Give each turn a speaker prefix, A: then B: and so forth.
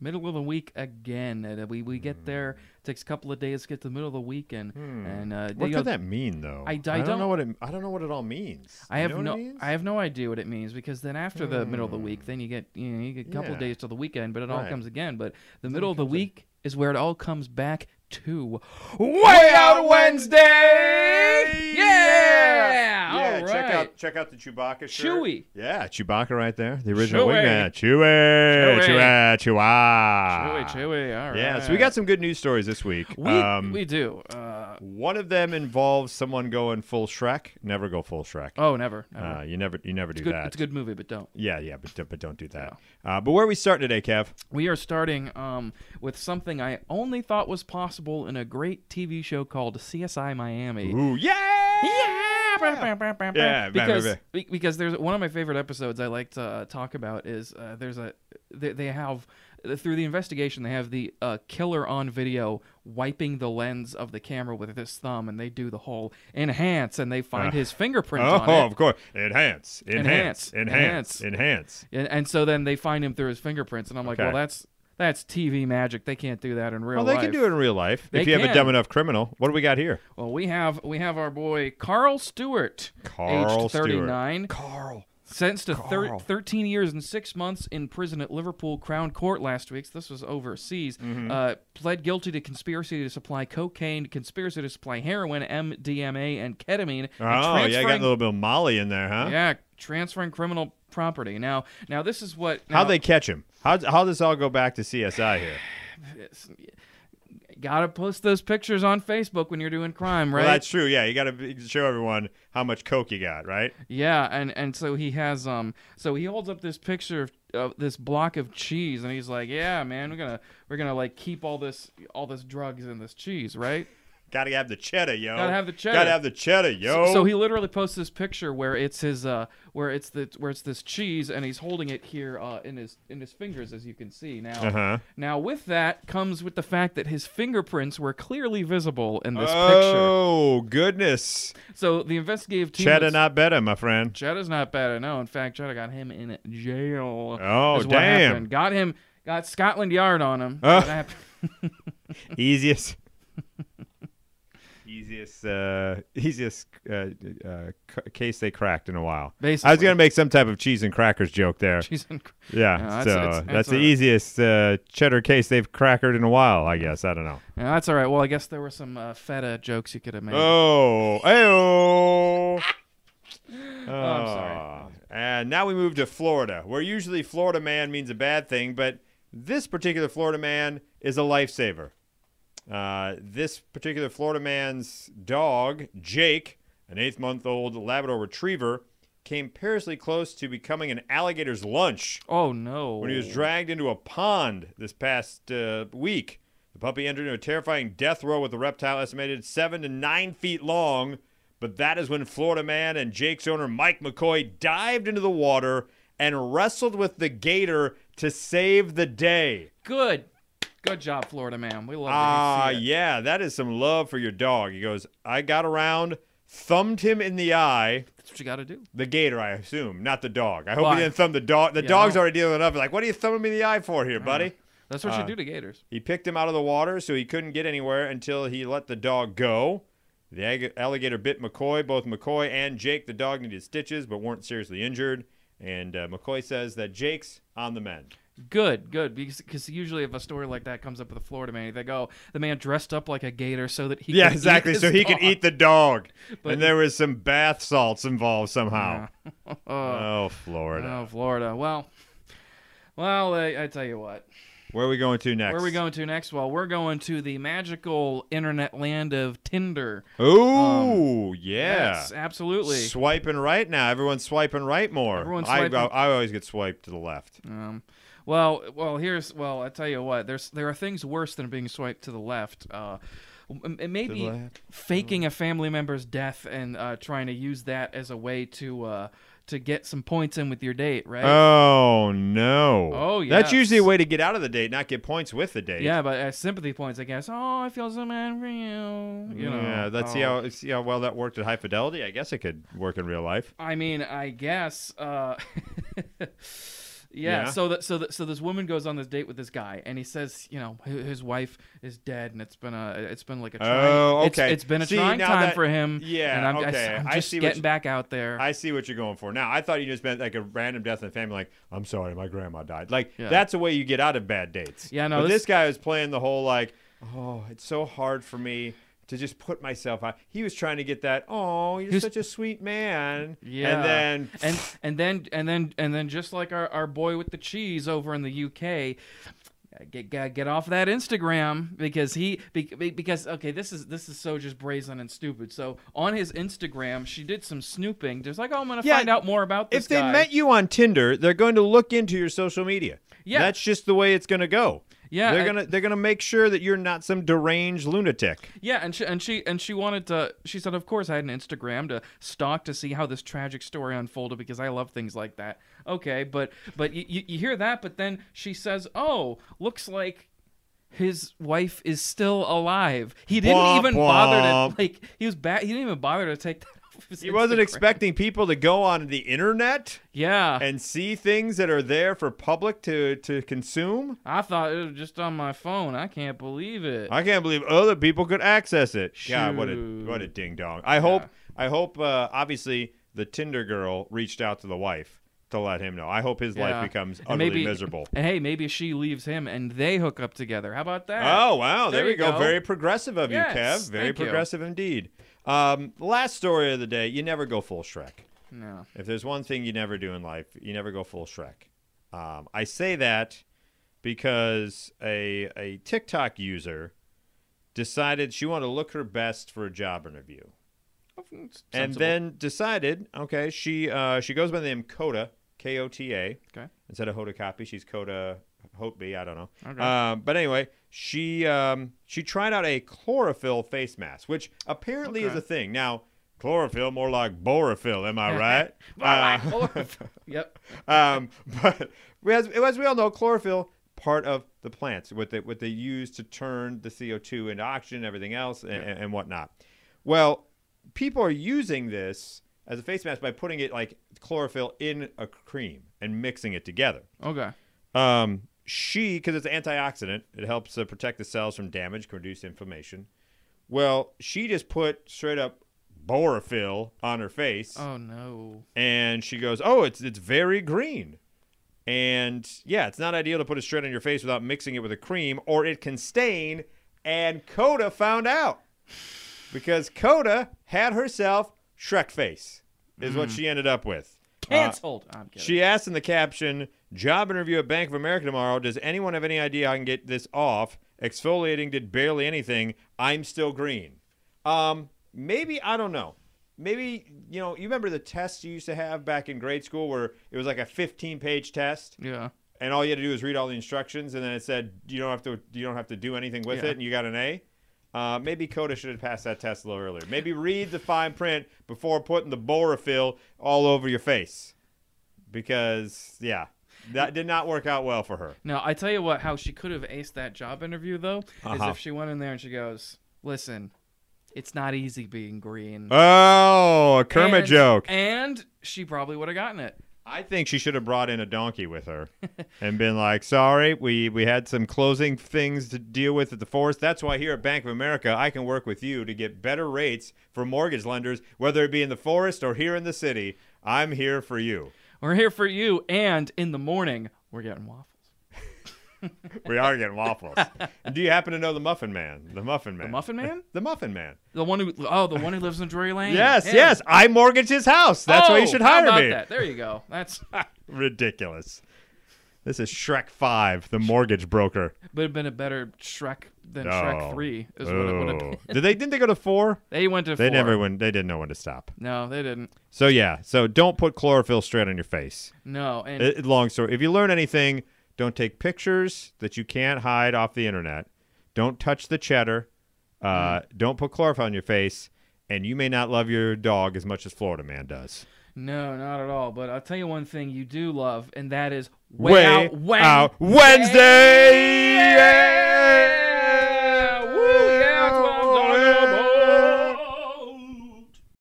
A: middle of the week again. And, uh, we we
B: Hmm.
A: get there. takes a couple of days to get to the middle of the week, and and uh,
B: What
A: you
B: could
A: know,
B: that mean, though?
A: I- I
B: don't
A: don't-
B: know what it. I don't know what it all means.
A: I
B: You
A: have
B: know what
A: no
B: it means?
A: I have no idea what it means because then after the middle of the week, then you get you, know, you get a couple
B: Yeah.
A: of days till the weekend, but it all
B: Right.
A: comes again. But the middle of the
B: comes in.
A: week is where it all comes back to Way Out Wednesday. Yeah, all
B: Yeah,
A: right.
B: check out check out the Chewbacca shirt.
A: Chewy.
B: Yeah, Chewbacca right there, the original
A: Chewy.
B: wingman. Chewy, Chewy,
A: Chewy.
B: Chewy.
A: Chewy, chewy. All right.
B: Ah. Yeah, so we got some good news stories this week.
A: We,
B: um,
A: we do. Uh,
B: one of them involves someone going full Shrek. Never go full Shrek.
A: oh, never. never.
B: Uh, you never, you never do
A: it's, good,
B: that.
A: it's a good movie, but don't.
B: Yeah, yeah, but, but don't do that. Uh, but where are we starting today, Kev?
A: We are starting um, with something I only thought was possible in a great TV show called CSI Miami.
B: Ooh, yeah!
A: Yeah,
B: Yeah,
A: because
B: right,
A: be- because there's one of my favorite episodes I like to uh, talk about is uh, there's a they, they have through the investigation they have the uh, killer on video wiping the lens of the camera with his thumb and they do the whole enhance and they find his fingerprints on
B: Uh, Oh,
A: it.
B: of course. Enhance,
A: Enhance,
B: enhance, enhance,
A: enhance.
B: enhance.
A: And, and so then they find him through his fingerprints, and I'm like,
B: Okay.
A: well, that's that's TV magic. They can't do that in real
B: Well,
A: life.
B: they can do it in real life if
A: They
B: you have a
A: can.
B: dumb enough criminal. What do we got here?
A: Well, we have we have our boy Carl Stewart,
B: Carl
A: aged 39,
B: Carl.
A: sentenced to thir-
B: Carl.
A: 13 years and six months in prison at Liverpool Crown Court last week. So this was overseas.
B: Mm-hmm.
A: Uh, pled guilty to conspiracy to supply cocaine, conspiracy to supply heroin, MDMA, and ketamine. and
B: Oh, yeah, you got a
A: transferring-
B: little bit of Molly in there, huh?
A: yeah, transferring criminal property. Now, now this is what now-
B: How'd they catch him? How'd, how'd this all go back to CSI here?
A: It's- gotta post those pictures on Facebook when you're doing crime, right?
B: Well, that's true. Yeah, you got to show everyone how much coke you got, right?
A: yeah, and and so he has um, so he holds up this picture of of this block of cheese, and he's like, "Yeah, man, we're gonna we're gonna like keep all this all this drugs in this cheese, right?"
B: Got to have the cheddar, yo.
A: Gotta have the cheddar.
B: Got to have the cheddar, yo.
A: So, so he literally posts this picture where it's his uh where it's the where it's this cheese and he's holding it here uh in his in his fingers as you can see now.
B: Uh-huh.
A: Now with that comes with the fact that his fingerprints were clearly visible in this picture.
B: oh goodness,
A: So the investigative team
B: cheddar
A: was-
B: not better, my friend.
A: Cheddar's not bad. No, in fact, Cheddar got him in jail.
B: Oh,
A: is what
B: damn.
A: happened. Got him. Got Scotland Yard on him.
B: Oh.
A: What happened-
B: Easiest, easiest, uh, easiest uh, uh, c- case they cracked in a while. I was
A: Basically.
B: gonna make some type of cheese and crackers joke there.
A: She's in.
B: Yeah,
A: No, that's-
B: so
A: it's-
B: that's,
A: that's
B: the
A: a-
B: easiest uh, cheddar case they've crackered in a while, I guess. I don't know.
A: Yeah, that's all right. Well, I guess there were some uh, feta jokes you could have made.
B: Oh, ayo. Oh,
A: I'm sorry.
B: And now we move to Florida, where usually Florida man means a bad thing, but this particular Florida man is a lifesaver. Uh, this particular Florida man's dog, Jake, an eighth month old Labrador retriever, came perilously close to becoming an alligator's lunch
A: Oh, no.
B: when he was dragged into a pond this past uh, week. The puppy entered into a terrifying death row with a reptile estimated seven to nine feet long. But that is when Florida man and Jake's owner Mike McCoy dived into the water and wrestled with the gator to save the day.
A: Good. Good job, Florida man. We love to
B: Ah,
A: Oh, see it.
B: yeah, that is some love for your dog. He goes, I got around, thumbed him in the eye.
A: That's what you got to do.
B: The gator, I assume, not the dog. I hope
A: Why?
B: he didn't thumb the dog. The
A: Yeah,
B: dog's
A: no.
B: already dealing enough. Like, what are you thumbing me in the eye for here, buddy?
A: That's what
B: Uh,
A: you do to gators.
B: He picked him out of the water, so he couldn't get anywhere until he let the dog go. The ag- alligator bit McCoy. Both McCoy and Jake, the dog, needed stitches but weren't seriously injured. And uh, McCoy says that Jake's on the mend.
A: Good, good. Because cause usually if a story like that comes up with a Florida man, they go, the man dressed up like a gator so that he
B: Yeah,
A: could eat
B: exactly.
A: his
B: So he could
A: dog."
B: eat the dog.
A: But-
B: and there was some bath salts involved somehow. Oh, Florida.
A: Oh, Florida. Well, well, I, I tell you what.
B: Where are we going to next?
A: Where are we going to next? Well, we're going to the magical internet land of Tinder.
B: Ooh, yeah.
A: Um, Yes, absolutely.
B: Swiping right now. Everyone's swiping right more.
A: Everyone's
B: I-
A: swiping-
B: I, I always get swiped to the left.
A: Um, well, well, here's well, I tell you what. There's there are things worse than being swiped to the left. Uh, m- it may
B: To the
A: be
B: left,
A: faking a family member's death and uh, trying to use that as a way to uh, to get some points in with your date, right?
B: Oh no!
A: Oh,
B: That's
A: yes.
B: usually a way to get out of the date, not get points with the date.
A: yeah, but uh, sympathy points, I guess. Oh, I feel so mad for you. You know.
B: yeah. Let's see
A: Oh.
B: how see how well that worked at High Fidelity. I guess it could work in real life.
A: I mean, I guess. Uh, Yeah.
B: Yeah.
A: So that so that so this woman goes on this date with this guy, and he says, you know, hi- his wife is dead, and it's been a it's been like a trying,
B: Oh,
A: it's-
B: okay.
A: it's been a
B: See,
A: trying
B: now
A: time
B: that-
A: for him.
B: yeah,
A: And I'm, I,
B: okay.
A: am
B: I
A: just
B: see what
A: getting
B: you-
A: back out there.
B: I see what you're going for now. I thought you just meant like a random death in the family, like I'm sorry, my grandma died. Like
A: Yeah.
B: that's a way you get out of bad dates.
A: Yeah, no,
B: But
A: this-
B: this, guy was playing the whole like, oh, it's so hard for me to just put myself out. He was trying to get that. Oh, you're
A: He was-
B: such a sweet man.
A: Yeah.
B: And then
A: and and then and then and then just like our, our boy with the cheese over in the UK get get, get off that Instagram because he be- be- because okay this is this is so just brazen and stupid. So on his Instagram, she did some snooping. Just like oh, I'm gonna
B: Yeah,
A: find out more about this
B: if they
A: guy.
B: met you on Tinder, they're going to look into your social media.
A: Yeah.
B: That's just the way it's going to go.
A: Yeah,
B: They're
A: I-
B: gonna they're gonna make sure that you're not some deranged lunatic.
A: Yeah, and she and she and she wanted to. She said, "Of course, I had an Instagram to stalk to see how this tragic story unfolded because I love things like that." Okay, but but you, you, you hear that, but then she says, "Oh, looks like." His wife is still alive. He didn't
B: Womp
A: even bother
B: womp.
A: to like. He was bad. He didn't even bother to take that. Off his
B: He wasn't
A: Instagram.
B: expecting people to go on the internet.
A: Yeah,
B: and see things that are there for public to to consume.
A: I thought it was just on my phone. I can't believe it.
B: I can't believe other people could access it. God, what a
A: Shoot.
B: what a ding dong. I hope I hope uh, obviously the Tinder girl reached out to the wife to let him know. I hope his
A: Yeah.
B: life becomes
A: And
B: utterly
A: maybe-
B: miserable.
A: And hey, maybe she leaves him and they hook up together. How about that?
B: Oh wow, there,
A: There
B: we
A: you
B: go.
A: go.
B: Very progressive of you,
A: Yes,
B: Kev. Very
A: thank you.
B: progressive indeed. Um, last story of the day. You never go full Shrek.
A: No.
B: If there's one thing you never do in life, you never go full Shrek. Um, I say that because a a TikTok user decided she wanted to look her best for a job interview,
A: It's
B: and
A: sensible.
B: then decided, okay, she uh, she goes by the name Coda K O T A
A: Okay.
B: instead of Hoda Copy, she's Coda Hotby. I don't know.
A: Okay.
B: Um, but anyway, she um, she tried out a chlorophyll face mask, which apparently is
A: Okay.
B: a thing now. Chlorophyll, more like borophyll, am I right? Uh,
A: yep.
B: um, but as, as we all know, chlorophyll part of the plants, what they what they use to turn the CO two into oxygen, everything else, and, and, and whatnot. Well, people are using this as a face mask by putting it like chlorophyll in a cream and mixing it together.
A: Okay.
B: Um, she, because it's antioxidant, it helps uh, protect the cells from damage, can reduce inflammation. Well, she just put straight up borophyll on her face
A: Oh no.
B: and she goes, "Oh, it's it's very green." And yeah, it's not ideal to put it straight on your face without mixing it with a cream, or it can stain. And Coda found out because Coda had herself Shrek face, is what she ended up with. Uh,
A: Cancelled. I'm kidding.
B: she asked in the caption, "Job interview at Bank of America tomorrow. Does anyone have any idea how I can get this off? Exfoliating did barely anything. I'm still green. Um, maybe I don't know. Maybe you know. You remember the tests you used to have back in grade school where it was like a 15-page test,
A: yeah.
B: and all you had to do was read all the instructions, and then it said you don't have to you don't have to do anything with
A: Yeah.
B: it, and you got an A." Uh, maybe Coda should have passed that test a little earlier. Maybe read the fine print before putting the borophyll all over your face, because yeah, that did not work out well for her.
A: Now I tell you what. How she could have aced that job interview though is
B: Uh-huh.
A: if she went in there and she goes, "Listen, it's not easy being green."
B: Oh, a Kermit
A: And-
B: joke.
A: And she probably would have gotten it.
B: I think she should have brought in a donkey with her and been like, "Sorry, we we had some closing things to deal with at the forest. That's why here at Bank of America, I can work with you to get better rates for mortgage lenders, whether it be in the forest or here in the city. I'm here for you.
A: We're here for you, and in the morning we're getting waffles.
B: We are getting waffles. Do you happen to know the Muffin Man? The Muffin Man.
A: The Muffin Man,
B: The Muffin Man.
A: the one who oh, the one who lives in Drury Lane.
B: Yes,
A: Him.
B: yes. I mortgage his house. That's why you
A: Oh,
B: should
A: how
B: hire
A: about
B: me.
A: That? There you go. That's
B: Ridiculous. This is Shrek 5, the mortgage broker.
A: would have been a better Shrek than
B: No.
A: Shrek Three. Is what it would have been.
B: Oh. Did they didn't they go to 4?
A: They went to.
B: They
A: four.
B: never went they didn't know when to stop.
A: No, they didn't.
B: So yeah, so don't put chlorophyll straight on your face.
A: No, and
B: It, it- long story. If you learn anything, don't take pictures that you can't hide off the internet. Don't touch the cheddar. Uh,
A: Mm.
B: Don't put chlorophyll on your face. And you may not love your dog as much as Florida Man does.
A: no, not at all. But I'll tell you one thing you do love, and that is
B: Way
A: way, out, Wang-
B: out Wednesday! Yeah!